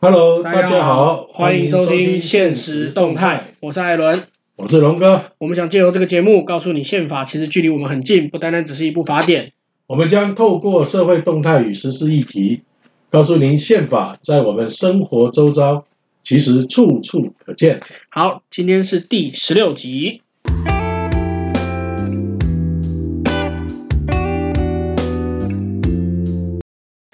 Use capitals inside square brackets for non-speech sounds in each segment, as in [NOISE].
Hello，大大家好，欢迎收听《现实动态》，我是艾伦。我是龙哥。我们想借由这个节目，告诉你宪法其实距离我们很近，不单单只是一部法典。我们将透过社会动态与时事议题，告诉您宪法在我们生活周遭其实处处可见。好，今天是第十六集。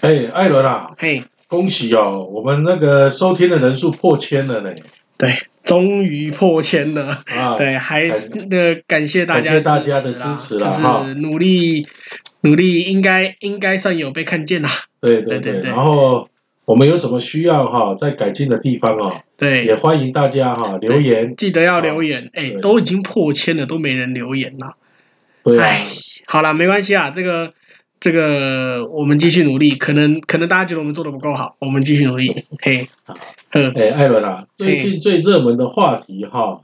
哎，艾伦啊，嘿，恭喜哦，我们那个收听的人数破千了呢！对，终于破千了。啊， [LAUGHS] 对，还是那个感谢大家感谢大家的啦支持啦就是努力努力，应该应该算有被看见啦。对对对对对，对然后。我们有什么需要哈，在改进的地方哦，也对，欢迎大家哈留言。记得要留言。哎对，都已经破千了，都没人留言啦。对啊哎，，好啦，没关系啊，这个这个我们继续努力，可能可能大家觉得我们做的不够好，我们继续努力。嘿，嗯，哎，艾伦啊，最嘿近最热门的话题哈，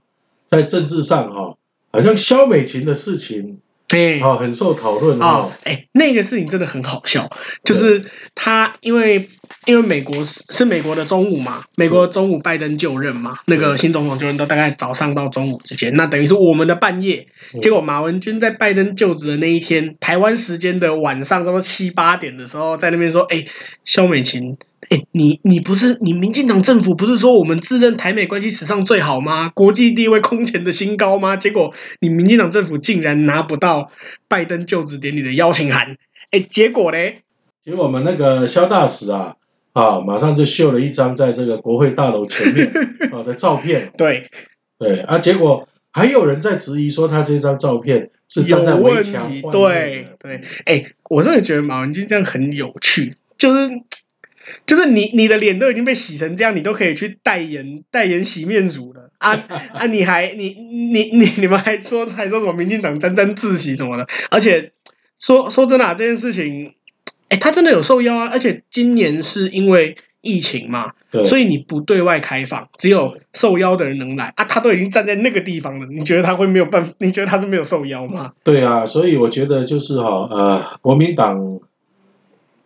在政治上哈，好像肖美琴的事情嘿。啊，很受讨论哦哈。，哎，那个事情真的很好笑，就是他因为因为美国是是美国的中午嘛，美国中午拜登就任嘛，那个新总统就任到大概早上到中午之间，那等于是我们的半夜。嗯结果马文君在拜登就职的那一天，台湾时间的晚上差不多七八点的时候，在那边说，哎，肖美琴。哎，你你不是你民进党政府不是说我们自认台美关系史上最好吗？国际地位空前的新高吗？结果你民进党政府竟然拿不到拜登就职典礼的邀请函。哎，结果嘞，结果我们那个肖大使啊，啊，马上就秀了一张在这个国会大楼前 [LAUGHS] 面啊的照片，对，对啊，结果还有人在质疑说他这张照片是有站在围问墙外题，面对的对，哎，我真的觉得马文君这样很有趣，就是就是你你的脸都已经被洗成这样，你都可以去代言代言洗面乳了啊啊！你还你你你你们还说还说什么民进党沾沾自喜什么的，而且说说真的、啊，这件事情，哎，他真的有受邀啊，而且今年是因为疫情嘛，对，所以以你不对外开放，只有受邀的人能来啊。他都已经站在那个地方了，你觉得他会没有办法？你觉得他是没有受邀吗？对啊，所以我觉得就是哈、呃，国民党，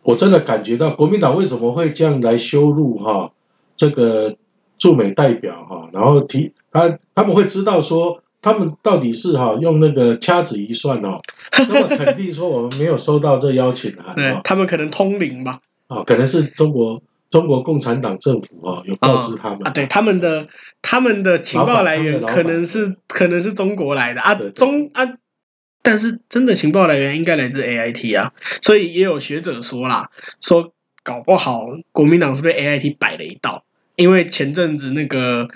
我真的感觉到国民党为什么会这样来羞辱哈、这个驻美代表哈、然后提他他们会知道说。他们到底是哈、用那个掐指一算 [LAUGHS] 哦，那么肯定说我们没有收到这邀请函对哦，他们可能通灵吧，啊，可能是中国中国共产党政府啊、有告知他们、啊，对，他们的他们的情报来源老板可能是可能是中国来的啊对对，中啊，但是真的情报来源应该来自 A I T 啊，所以也有学者说啦，说搞不好国民党是被 A I T 摆了一道，因为前阵子那个。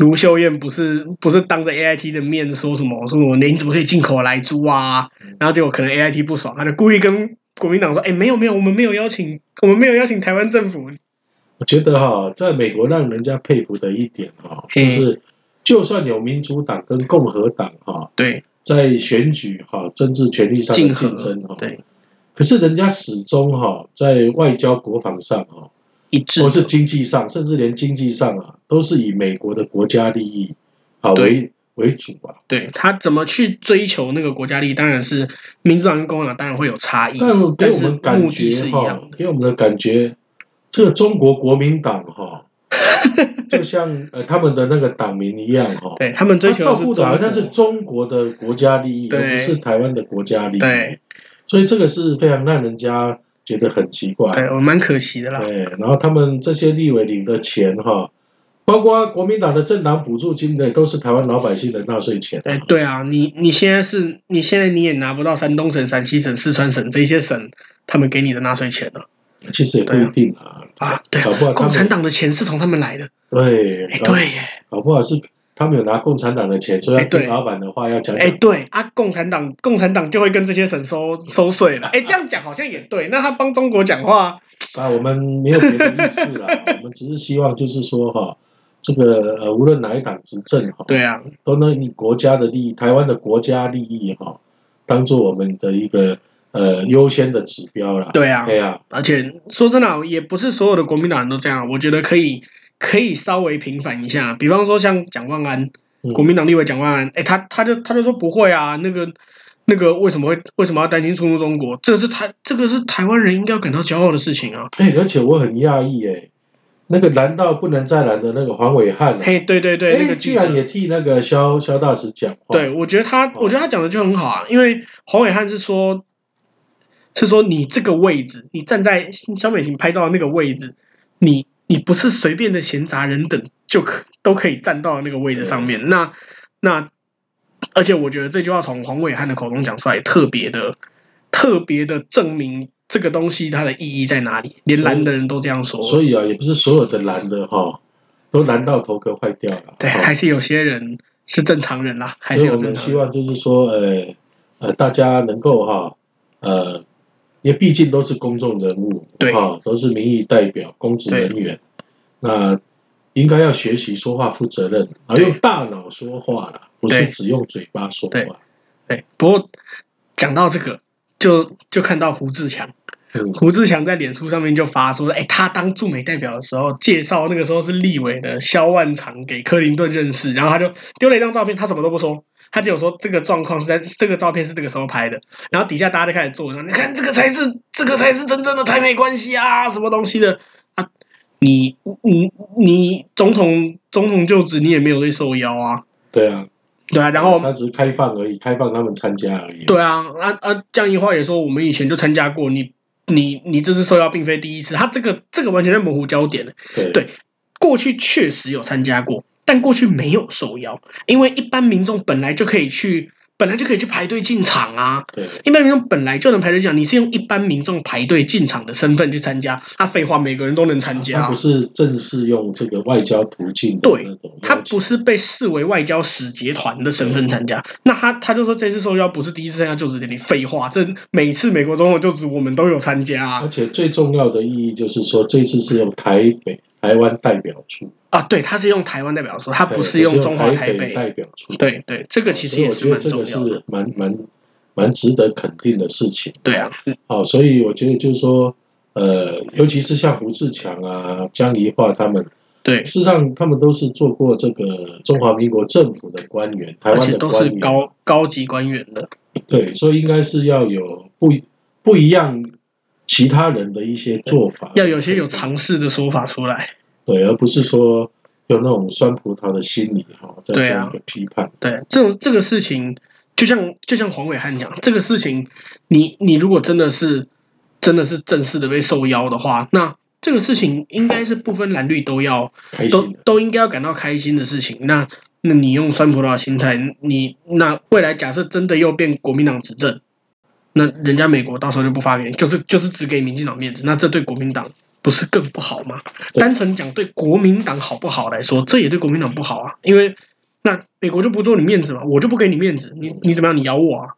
卢秀燕不是不是当着 A I T 的面说什么说我你怎么可以进口来猪啊？嗯然后结果可能 A I T 不爽，他就故意跟国民党说：“哎、没有没有，我们没有邀请，我们没有邀请台湾政府。我觉得哈、在美国让人家佩服的一点哈、就是就算有民主党跟共和党哈、”对在选举哈、政治权利上的竞合竞争哦哈、对，可是人家始终哈、在外交国防上哈、一致或是经济上，甚至连经济上啊，都是以美国的国家利益啊为对为主啊。对他怎么去追求那个国家利益，当然是民主党跟共和党当然会有差异，但给嗯但我是们感目的觉是一哈、样的。给我们的感觉，这个中国国民党哈、就像呃他们的那个党民一样哈、对他们他追求照的是顾中的好像国，是中国的国家利益，而对不是台湾的国家利益。对，所以这个是非常让人家觉得很奇怪。对我蛮可惜的啦。对，然后他们这些立委领的钱哈，包括国民党的政党补助金的，都是台湾老百姓的纳税钱。哎，对啊，你你现在是你现在你也拿不到山东省、陕西省、四川省这些省他们给你的纳税钱了其实也不一定啊，啊。对搞不好他啊，共们产党的钱是从他们来的。对，哎，搞对耶，搞不好是他们有拿共产党的钱，所以要哎对听老板的话，要讲哎，讲。对啊，共产党共产党就会跟这些省收收税了。哎，这样讲好像也对。那他帮中国讲话，啊，我们没有别的意思 [LAUGHS] 啦，我们只是希望就是说哈，这个呃，无论哪一党执政哈，对啊，都能以国家的利益、台湾的国家利益哈、当做我们的一个呃优先的指标啦。对啊，对呀、而且说真的啊，也不是所有的国民党人都这样。啊我觉得可以可以稍微平反一下，比方说像蒋万安，嗯国民党立委蒋万安，哎，他他就他就说不会啊，那个那个为什么会为什么要担心出入中国？这是台这个是台湾人应该要感到骄傲的事情啊。哎，而且我很讶异哎，那个蓝到不能再蓝的那个黄伟汉、啊，嘿，对对对，哎那个居记者然也替那个肖肖大使讲话，对，我觉得哦他，我觉得他讲的就很好啊，因为黄伟汉是说，是说你这个位置，你站在肖美琴拍照的那个位置，你你不是随便的闲杂人等就可都可以站到那个位置上面。那那，而且我觉得这句话从黄伟汉的口中讲出来，特别的特别的证明这个东西它的意义在哪里。连蓝的人都这样说，所以啊，也不是所有的蓝的哈、都蓝到头壳坏掉了，对，啊哈还是有些人是正常人啦，还是哦所以我有正们常希人。望就是说，呃呃，大家能够哈，呃，因为毕竟都是公众人物，对哈，都是民意代表、公职人员，那应该要学习说话负责任，啊，对用大脑说话啦，不是对只用嘴巴说对话。对，哎不过讲到这个，就就看到胡志强，嗯，胡志强在脸书上面就发说，哎，他当驻美代表的时候，介绍那个时候是立委的肖万长给克林顿认识，然后他就丢了一张照片，他什么都不说。他只有说这个状况是在这个照片是这个时候拍的，然后底下大家就开始做文章，你看这个才是这个才是真正的台美关系啊，什么东西的啊？你你你总统总统就职你也没有被受邀啊，对啊，对啊，然后他只是开放而已，开放他们参加而已。对啊，啊啊，江宜桦也说我们以前就参加过，你你你这次受邀并非第一次，他这个这个完全在模糊焦点了。对对，过去确实有参加过，但过去没有受邀，因为一般民众本来就可以去，本来就可以去排队进场啊。对一般民众本来就能排队进场，你是用一般民众排队进场的身份去参加，那废话，每个人都能参加他啊不。是正式用这个外交途径的对那种邀请，他不是被视为外交使节团的身份参加，那他他就说这次受邀不是第一次参加就职典礼，废话，这每次美国总统就职我们都有参加而啊，且最重要的意义就是说，这次是用台北台湾代表处，啊对，他是用台湾代表说，他对不是用中华台台北北，代表处。对对，这个其实所以也我是觉得蛮这重个要的，是蛮蛮蛮值得肯定的事情。对啊，哦，所以我觉得就是说，呃，尤其是像胡志强啊、江宜桦他们，对，事实上他们都是做过这个中华民国政府的官员，台而湾且的都官是员，高高级官员的，对，所以应该是要有不一不一样其他人的一些做法，要有些有尝试的说法出来，对，而不是说有那种酸葡萄的心理哈，在做对啊一个批判。对，这种这个事情，就像就像黄伟汉讲，这个事情，你你如果真的是真的是正式的被受邀的话，那这个事情应该是不分蓝绿都要开都心的，都应该要感到开心的事情。那那你用酸葡萄的心态，你那未来假设真的又变国民党执政，那人家美国到时候就不发给你，就是就是只给民进党面子，那这对国民党不是更不好吗？对单纯讲对国民党好不好来说，这也对国民党不好啊，因为那美国就不做你面子嘛，我就不给你面子，你你怎么样？你咬我啊？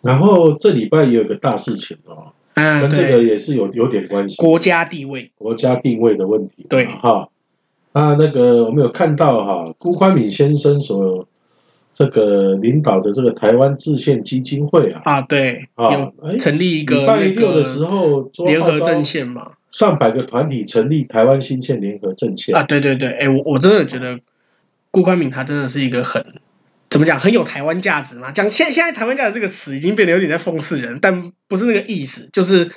然后这礼拜也有个大事情哦，嗯、跟这对，个也是有有点关系，国家地位，国家定位的问题嘛。对哈，那那个我们有看到哈，辜宽敏先生所这个领导的这个台湾制宪基金会啊，啊，对，啊有，成立一个礼拜那六个的时候，周联合号召阵线嘛，上百个团体成立台湾新县联合阵线啊，，对对对，哎，我我真的觉得顾宽敏他真的是一个很怎么讲，很有台湾价值嘛。讲现现在台湾价值这个词已经变得有点在讽刺人，但不是那个意思，就是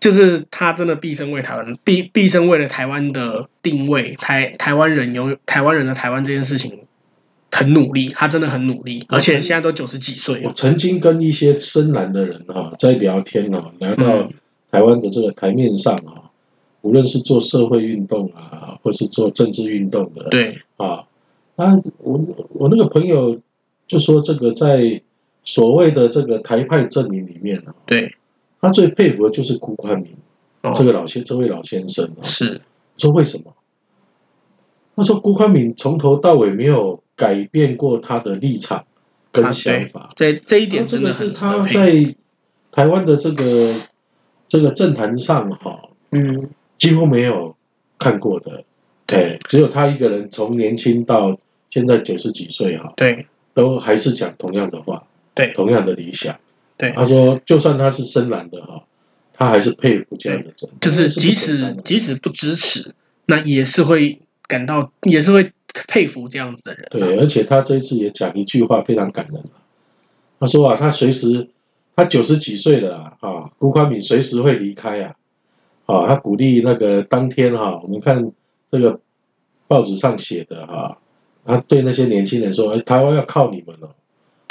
就是他真的毕生为台湾，毕毕生为了台湾的定位，台台湾人有台湾人的台湾这件事情很努力，他真的很努力，而且现在都九十几岁我了，曾经跟一些深蓝的人哈、在聊天啊，聊到嗯台湾的这个台面上啊，无论是做社会运动啊，或是做政治运动的，对啊，啊，我我那个朋友就说，这个在所谓的这个台派阵营里面啊，对，他最佩服的就是辜宽明哦这个老先这位老先生啊，是说为什么？他说辜宽敏从头到尾没有改变过他的立场啊跟对想法，这这一那点这真个的是很值他得佩服，在台湾的这个这个政坛上哈，嗯，几乎没有看过的，对哎，只有他一个人从年轻到现在九十几岁哈，对都还是讲同样的话，对同样的理想。对。他说，就算他是深蓝的哈，他还是佩服这样的人，就是这即不简单使的即使不支持，那也是会感到也是会佩服这样子的人、啊对，而且他这一次也讲一句话非常感人啊他说啊，他随时，他九十几岁了啊，啊辜宽敏随时会离开啊，啊，他鼓励那个当天哈、我们看这个报纸上写的哈、他对那些年轻人说，哎，台湾要靠你们了、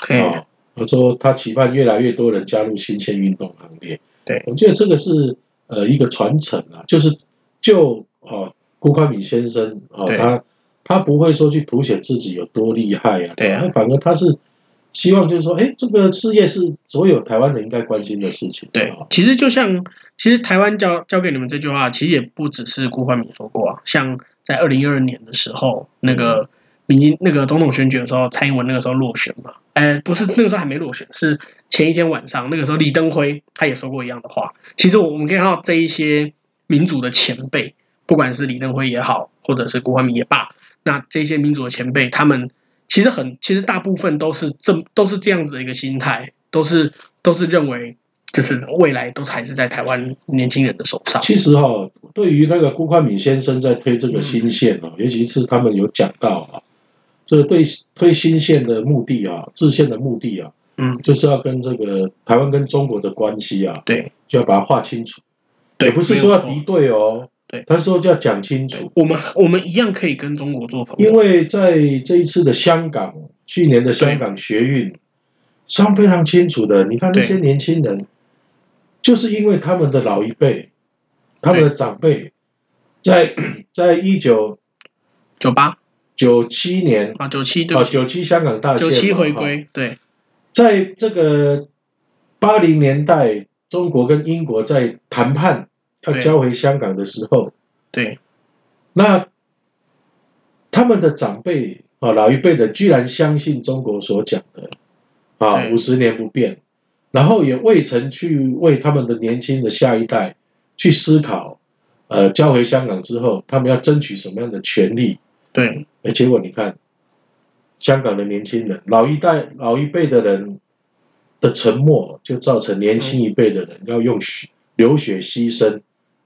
嘿，哦，他说他期盼越来越多人加入新鲜运动行列。对我觉得这个是呃一个传承啊，就是就哦辜宽敏先生哦对他他不会说去凸显自己有多厉害啊，对啊他反而他是希望就是说，哎，这个事业是所有台湾人应该关心的事情。对哦，其实就像，其实台湾交交给你们这句话，其实也不只是辜焕敏说过啊，像在二零二二年的时候，那个民进那个总统选举的时候，蔡英文那个时候落选嘛，呃，不是那个时候还没落选，是前一天晚上，那个时候李登辉他也说过一样的话。其实我们可以看到这一些民主的前辈，不管是李登辉也好，或者是辜焕敏也罢，那这些民主的前辈，他们其实很，其实大部分都是这都是这样子的一个心态，都是都是认为，就是未来都还是在台湾年轻人的手上。其实哈、哦，对于那个辜宽敏先生在推这嗯个新线哦，尤其是他们有讲到啊，这个对推新线的目的啊，制宪的目的啊，嗯，就是要跟这个台湾跟中国的关系啊，对，就要把它划清楚，对，也不是没说有要错敌对哦，对他是说要讲清楚，我们我们一样可以跟中国做朋因友。为在这一次的香港，去年的香港学运，伤非常清楚的，你看那对些年轻人，就是因为他们的老一辈，他们的长辈，在 [COUGHS] 在一九九八九七年啊，九七对啊不起，九七香港大宪九嘛七回。哈归，对在这个八零年代，中国跟英国在谈判要对交回香港的时候，对那他们的长辈啊，老一辈的居然相信中国所讲的啊，对五十年不变，然后也未曾去为他们的年轻的下一代去思考，呃，交回香港之后，他们要争取什么样的权利？对哎，结果你看，香港的年轻人，老一代、老一辈的人的沉默，就造成年轻一辈的人嗯要用血流血牺牲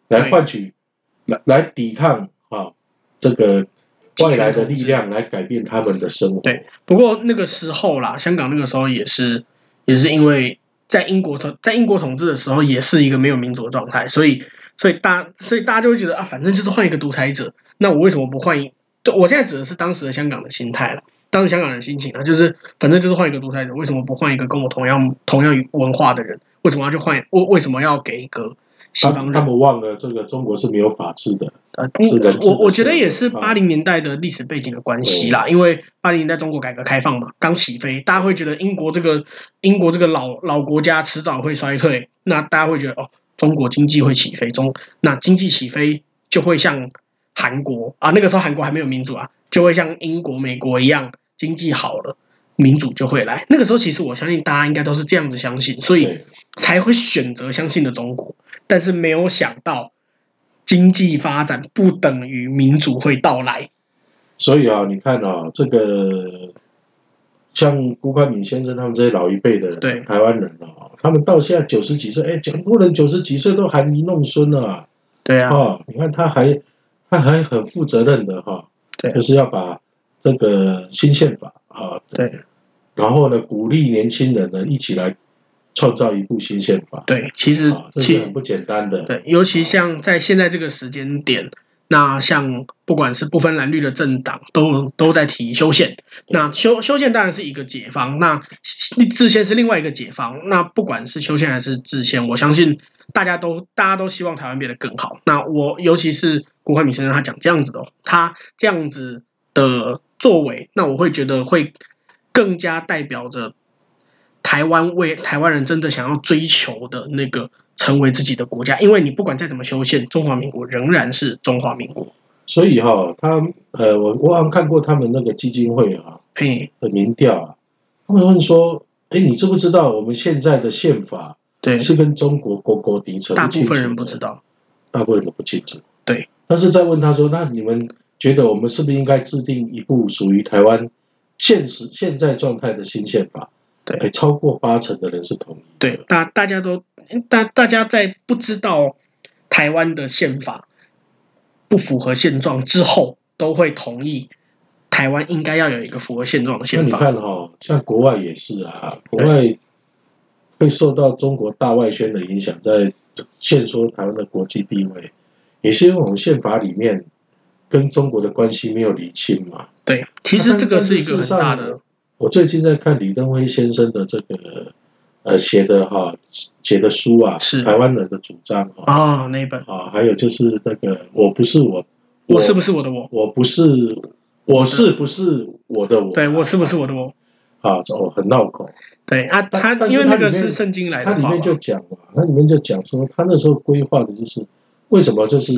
来对换取、嗯来来抵抗啊这个外来的力量，来改变他们的生活。对。不过那个时候啦，香港那个时候也是也是因为在英国统在英国统治的时候，也是一个没有民主的状态，所以所以大所以大家就会觉得啊，反正就是换一个独裁者，那我为什么不换一？对我现在指的是当时的香港的心态了。当时香港人的心情啊，就是反正就是换一个独裁者，为什么不换一个跟我同样同样文化的人？为什么要去换？为为什么要给一个西他方他人？们忘了，这个中国是没有法治的。呃，啊是人治我的嗯我觉得社会也是嘛八零年代的历史背景的关系啦，因为八零年代中国改革开放嘛，刚起飞，大家会觉得英国这个英国这个老老国家迟早会衰退，那大家会觉得哦，中国经济会起飞，中那经济起飞就会像韩国啊，那个时候韩国还没有民主啊，就会像英国、美国一样，经济好了，民主就会来。那个时候其实我相信大家应该都是这样子相信，所以。对，才会选择相信的中国，但是没有想到经济发展不等于民主会到来。所以啊，你看啊，这个像辜宽敏先生他们这些老一辈的对台湾人啊，他们到现在九十几岁，哎，很多人九十几岁都含饴弄孙了啊、对啊，哦，你看他还他还很负责任的哈、对就是要把这个新宪法啊，对然后呢，鼓励年轻人呢一起来创造一部新宪法，哦对，其实啊，这其是很不简单的。对，尤其像在现在这个时间点，那像不管是不分蓝绿的政党，都都在提修宪。那修修宪当然是一个解放，那制宪是另外一个解放。那不管是修宪还是制宪，我相信大家都大家都希望台湾变得更好。那我尤其是郭汉敏先生他讲这样子的，哦他这样子的作为，那我会觉得会更加代表着台湾为台湾人真的想要追求的那个成为自己的国家，因为你不管再怎么修宪，中华民国仍然是中华民国。所以哈、他呃，我我好像看过他们那个基金会啊嘿，的民调啊，他们问说，哎，你知不知道我们现在的宪法对，是跟中国勾勾底层？大部分人不知道。大部分人都不清楚。对，但是在问他说：“那你们觉得我们是不是应该制定一部属于台湾现实现在状态的新宪法？”对哎超过八成的人是同意。对，，大大家都大大家在不知道台湾的宪法不符合现状之后，都会同意台湾应该要有一个符合现状的那宪你法。看哈、像国外也是啊，国外会受到中国大外宣的影响，在限缩台湾的国际地位，也是因为我们宪法里面跟中国的关系没有理清嘛。对，其实这个是一个但很事实大上的，我最近在看李登辉先生的这个呃写的哈、写的书啊，是台湾人的主张哈啊、那一本啊，还有就是那个我不是我，我是不是我的我？我不是我是不是我的我？对我是不是我的我？啊？哦，很绕口。对啊，但他但是因为它那个里面是圣经来它的里话嘛面，就讲嘛，它里面就讲说，他那时候规划的就是为什么就是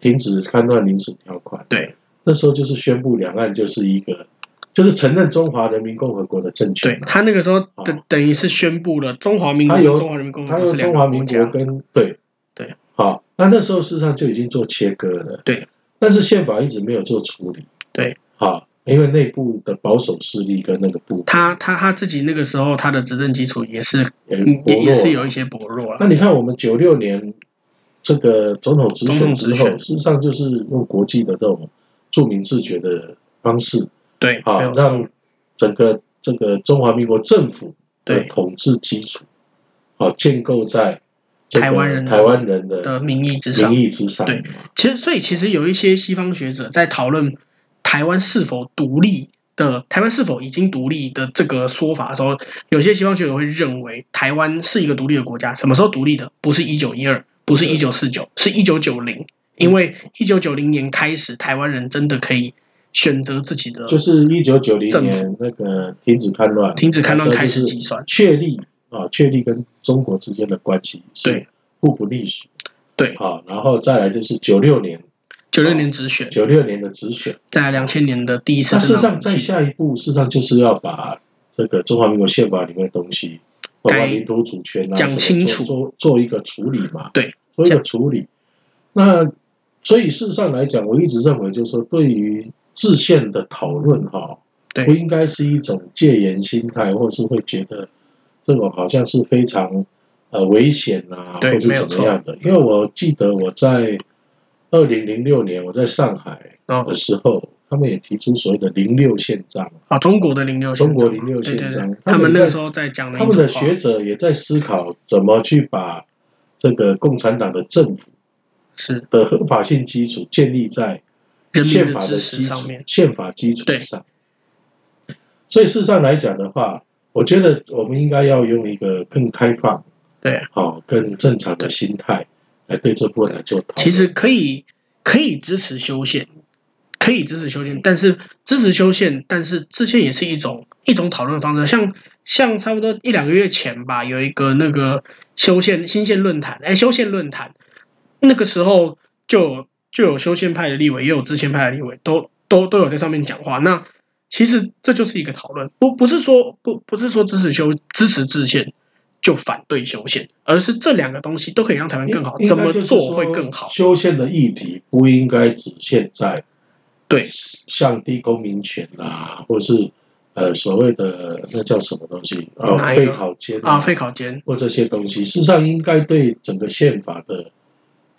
停止勘乱临时条款，对那时候就是宣布两岸就是一个，就是承认中华人民共和国的政权对，嘛。他那个时候等哦等于是宣布了中华民国它跟由中华人民共和它国由是两中个华国民家国，跟对对，好，那那时候事实上就已经做切割了，对，但是宪法一直没有做处理，对，好，因为内部的保守势力跟那个部分他他他自己那个时候他的执政基础也是也薄也弱也是了有一些薄弱那了，你看，我们九六年这个总统直选之总统直后，选事实上就是用国际的这种著名自觉的方式对，没啊有，错让整个这个中华民国政府的对统治基础啊建构在这个台湾人的台湾人的的民意之上民，意之上。对其实，所以其实有一些西方学者在讨论台湾是否独立的，台湾是否已经独立的这个说法的时候，有些西方学者会认为台湾是一个独立的国家。什么时候独立的？不是一九一二，不是一九四九，是一九九零。因为一九九零年开始，台湾人真的可以选择自己的，就是一九九零政府年那个停止叛乱，停止叛乱那时候开始就是计算确立啊，确立跟中国之间的关系是对互不隶属。对好，然后再来就是九六年哦九六年直选，九六年的直选，在两千年的第一次那事政实党上轮在替，下一步，事实上就是要把这个中华民国宪法里面的东西，包括该领土主权啊，讲什么清楚做做做一个处理嘛，对，做一个处理。那所以事实上来讲，我一直认为就是说，对于制宪的讨论哈，对不应该是一种戒严心态，或是会觉得这种好像是非常呃危险啊，对或是没有怎么样的。错因为我记得我在二零零六年我在上海。然后的时候，他们也提出所谓的“零六宪章啊，中国的零六中国06对对宪章对，他他们们那在个时候在”，讲他们的民主化学者也在思考怎么去把这个共产党的政府是的合法性基础建立在人民宪的法支的持基础上面，宪法基础上。所以事实上来讲的话，我觉得我们应该要用一个更开放、对，好、更正常的心态来对这部分来做讨论。其实可以可以支持修宪，可以支持修宪，但是支持修宪，但是支宪也是一种一种讨论方式。像像差不多一两个月前吧，有一个那个修宪新宪论坛，哎，修宪论坛，那个时候就有就有修宪派的立委，也有支宪派的立委，都都都有在上面讲话。那其实这就是一个讨论，不不是说不不是说支持修支持制宪就反对修宪，而是这两个东西都可以让台湾更好，应怎么应该就是做会说更好？修宪的议题不应该只限在对像低公民权啊，或是呃所谓的那叫什么东西啊，哪一废个考监啊，废考监或这些东西，事实上应该对整个宪法的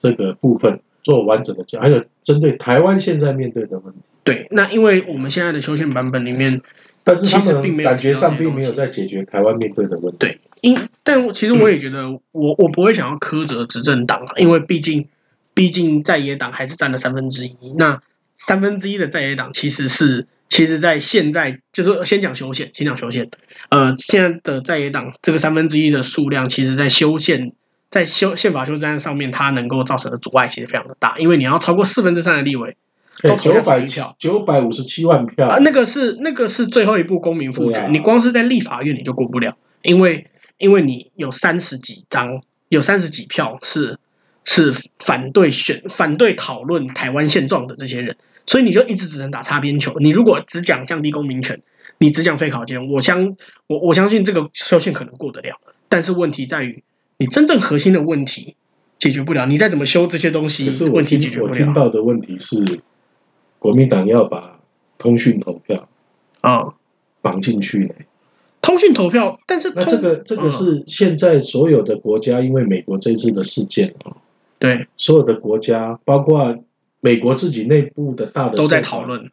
这个部分做完整的讲，还有针对台湾现在面对的问题，对，那因为我们现在的修宪版本里面，但是他其实们并没有感觉上并没提有到这些东西在解决台湾面对的问题。对，因但我其实我也觉得我，我不会想要苛责执政党啊，因为毕竟毕竟在野党还是占了三分之一，那三分之一的在野党其实是其实在现在就是先讲修宪，先讲修宪，呃，现在的在野党这个三分之一的数量，其实在修宪。在修宪法修正案上面，它能够造成的阻碍其实非常的大，因为你要超过四分之三的立委都投哎九下同百意票九百五十七万票，啊，那个是那个是最后一步公民复决，对啊你光是在立法院你就过不了，因为因为你有三十几张，有三十几票是是反对选反对讨论台湾现状的这些人，所以你就一直只能打擦边球。你如果只讲降低公民权，你只讲废考监，我相我我相信这个修宪可能过得了，但是问题在于你真正核心的问题解决不了，你再怎么修这些东西可是，我问题听解决我不听了到的问题是，国民党要把通讯投票啊、绑进去呢。通讯投票，但是那通这个这个嗯是现在所有的国家，因为美国这次的事件哦，对所有的国家，包括美国自己内部的大的都在社团讨，论。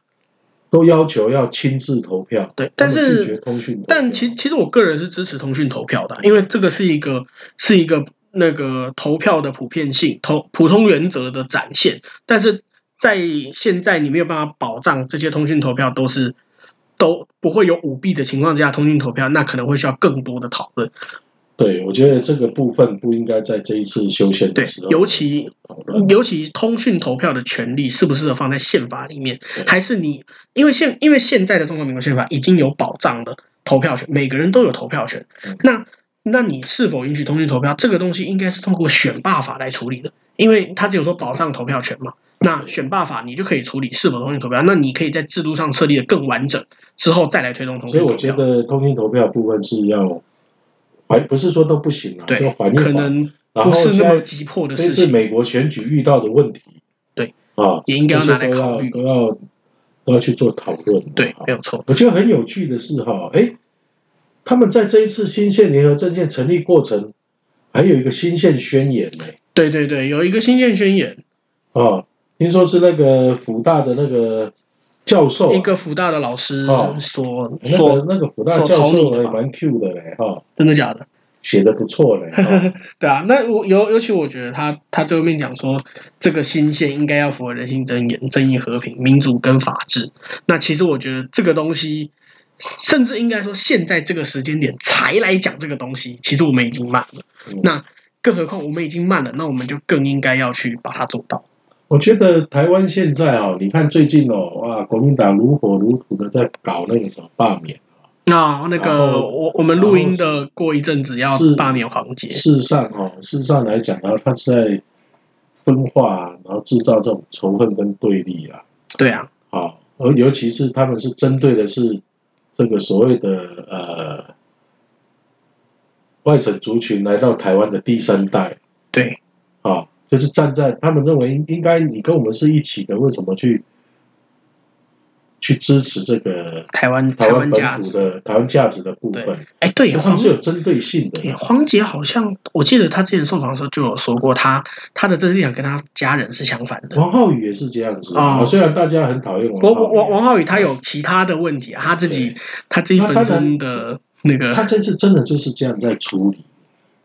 都要求要亲自投票。对他们但是拒绝通讯投票，但其其实我个人是支持通讯投票的，因为这个是一个是一个那个投票的普遍性、投普通原则的展现。但是在现在你没有办法保障这些通讯投票都是都不会有舞弊的情况之下，通讯投票那可能会需要更多的讨论。对，我觉得这个部分不应该在这一次修宪对的时，候尤其讨论。尤其通讯投票的权利适不适合放在宪法里面，对还是你因为现因为现在的中华民国宪法已经有保障的投票权，每个人都有投票权嗯。那那你是否允许通讯投票这个东西，应该是通过选罢法来处理的，因为它只有说保障投票权嘛。那选罢法你就可以处理是否通讯投票，那你可以在制度上设立的更完整之后再来推动通所以讯投我觉票。得通讯投票部分是要还不是说都不行啊，对就缓，一可缓。能然不后是现那么在急迫的这事次情，美国选举遇到的问题，对啊，也应该这要些拿来都考要虑。都要都要去做讨论。对啊，没有错。我觉得很有趣的是哈，哎，他们在这一次新县联合政见成立过程，还有一个新县宣言呢、对对对，有一个新建宣言，啊，听说是那个辅大的那个教授、啊，一个福大的老师哦说、那说，个那个辅大教授还蛮 Q 的嘞哈，真的假的？写的不错嘞 [LAUGHS] 哈，对啊，那我尤尤其我觉得他他最后面讲说，这个新宪应该要符合人性尊严、正义、和平、民主跟法治。那其实我觉得这个东西，甚至应该说现在这个时间点才来讲这个东西，其实我们已经慢了。嗯那更何况我们已经慢了，那我们就更应该要去把它做到。我觉得台湾现在哦，你看最近哦，哇，国民党如火如荼的在搞那个什么罢免，那那然个后我我们录音的过一阵子要是罢免黄杰，事实上哦，事实上来讲呢，他是在分化，然后制造这种仇恨跟对立啊，对啊，啊，而尤其是他们是针对的是这个所谓的呃外省族群来到台湾的第三代对啊，就是站在他们认为应应该你跟我们是一起的，为什么去去支持这个台湾台湾湾价本值土。的台湾价值的部对分？哎，对，他黄们是有针对性的对黄杰好像我记得他之前受访的时候就有说过他，他的政治立场跟他家人是相反的。王浩宇也是这样子哦啊，虽然大家很讨厌王我浩我我宇，王浩宇他有其他的问题啊，他自己对他自己那本当然身的那他个这次真的就是这样在处理。对啊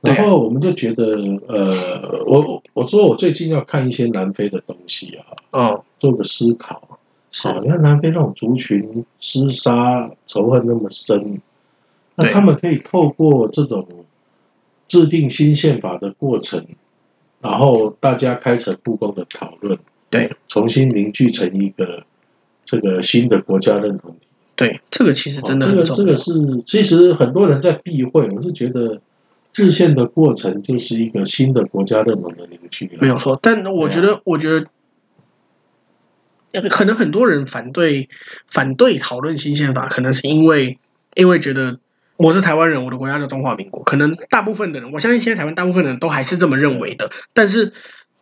然后我们就觉得，呃，我我说我最近要看一些南非的东西啊，哦做个思考。是好，你看南非哦那种族群厮杀、仇恨那么深，那对他们可以透过这种制定新宪法的过程，然后大家开诚布公的讨论，对重新凝聚成一个这个新的国家认同体。对，这个其实真的哦很这个重要。这个是，其实很多人在避讳，我是觉得制宪的过程就是一个新的国家认同的凝聚啊。没有错，但我觉得，我觉得。可能很多人反对反对讨论新宪法，可能是因为因为觉得我是台湾人，我的国家叫中华民国。可能大部分的人，我相信现在台湾大部分人都还是这么认为的。但是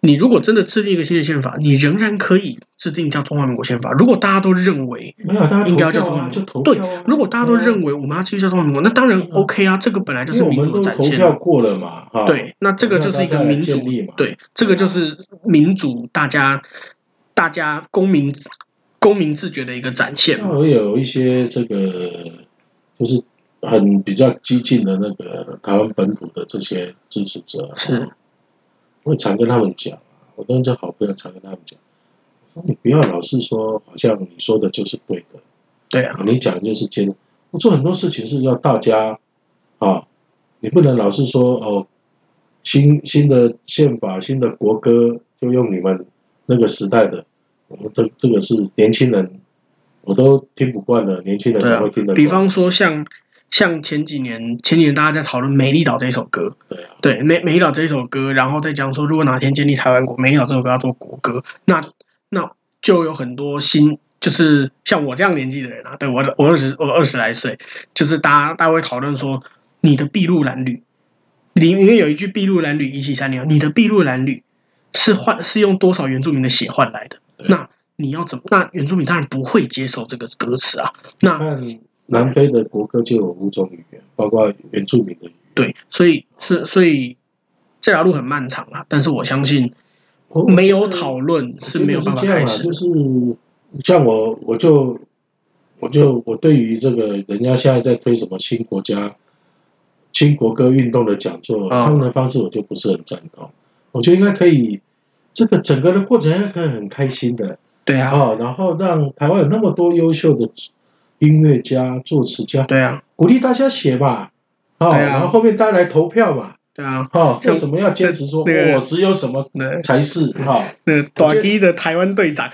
你如果真的制定一个新的宪法，你仍然可以制定叫中华民国宪法。如果大家都认为没有，大家投应该要叫票中华啊，民就国，投对票啊。，如果大家都对啊认为我们要继续叫中华民国，那当然对啊 OK 啊，这个本来就因是为我民们主都的展投现啊。票过了嘛，哈，对，那这个就是一个民那大家主来建立嘛，对，这个就是民主，大家大家公民公民自觉的一个展现那嘛。我有一些这个就是很比较激进的那个台湾本土的这些支持者啊，是我常跟他们讲，我跟这好朋友常跟他们讲，我说你不要老是说好像你说的就是对的，对啊，你讲的就是坚。我做很多事情是要大家啊，你不能老是说哦，新新的宪法、新的国歌就用你们那个时代的，我们这这个是年轻人，我都听不惯了，年轻人对才啊会听得。比惯。方说像像前几年前几年大家在讨论《美丽岛》这首歌，对啊，对《美美丽岛》这首歌，然后再讲说如果哪天建立台湾国，《美丽岛》这首歌要做国歌，那那就有很多新。就是像我这样年纪的人啊，对我我二十我二十来岁，就是大家大家会讨论说你的筚路蓝缕，里里面有一句“筚路蓝缕一七三零”，你的筚路蓝缕是换是用多少原住民的血换来的？对那你要怎么？那原住民当然不会接受这个歌词啊。那看南非的国歌就有五种语言，包括原住民的语言。对，所以是所以这条路很漫长啊，但是我相信我没有讨论我是觉得没有办法是这样开啊始就的。是像我，我就我就我对于这个人家现在在推什么新国家、新国歌运动的讲座，啊他们的方式我就不是很赞同。我觉得应该可以这个整个的过程可以很开心的对啊，啊，然后让台湾有那么多优秀的音乐家、作词家，对啊，鼓励大家写嘛，啊，对啊然后后面大家来投票嘛，对啊，啊，像为什么要坚持说那个我只有什么那才是啊哈？ [LAUGHS] 那短衣的台湾队长，啊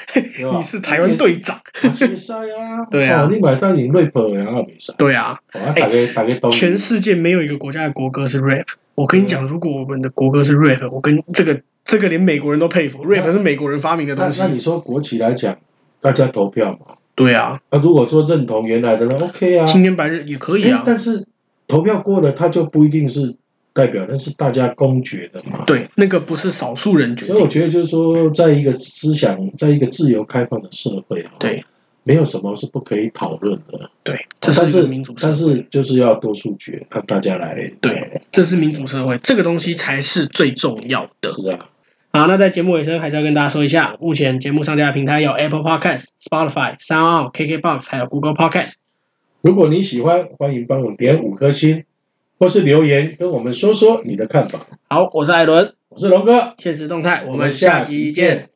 你是台湾队长，比赛啊，对啊哦你买到你 rap 然后比赛，对啊，我要打给打给东全世界没有一个国家的国歌是 rap。我跟你讲，如果我们的国歌是 rap，我跟这个这个连美国人都佩服，rap 是美国人发明的那东西那。你说国旗来讲，大家投票嘛？对啊，那如果说认同原来的那 OK 啊，青天白日也可以诶啊。但是投票过了，他就不一定是代表，那是大家公决的嘛。对，那个不是少数人决所以我定。觉得就是说，在一个思想，在一个自由开放的社会啊，，对没有什么是不可以讨论的。对，但这是一是个民主社但会，是就是要多数决，让大家来哎对，这是民主社会，这个东西才是最重要的。是啊，好，那在节目尾声还是要跟大家说一下，目前节目上架的平台有 Apple Podcast、Spotify、Sound、KKBox，还有 Google Podcast。如果你喜欢，欢迎帮我点五颗星，或是留言跟我们说说你的看法。好，我是艾伦，我是龙哥，现实动态，我们下集见。。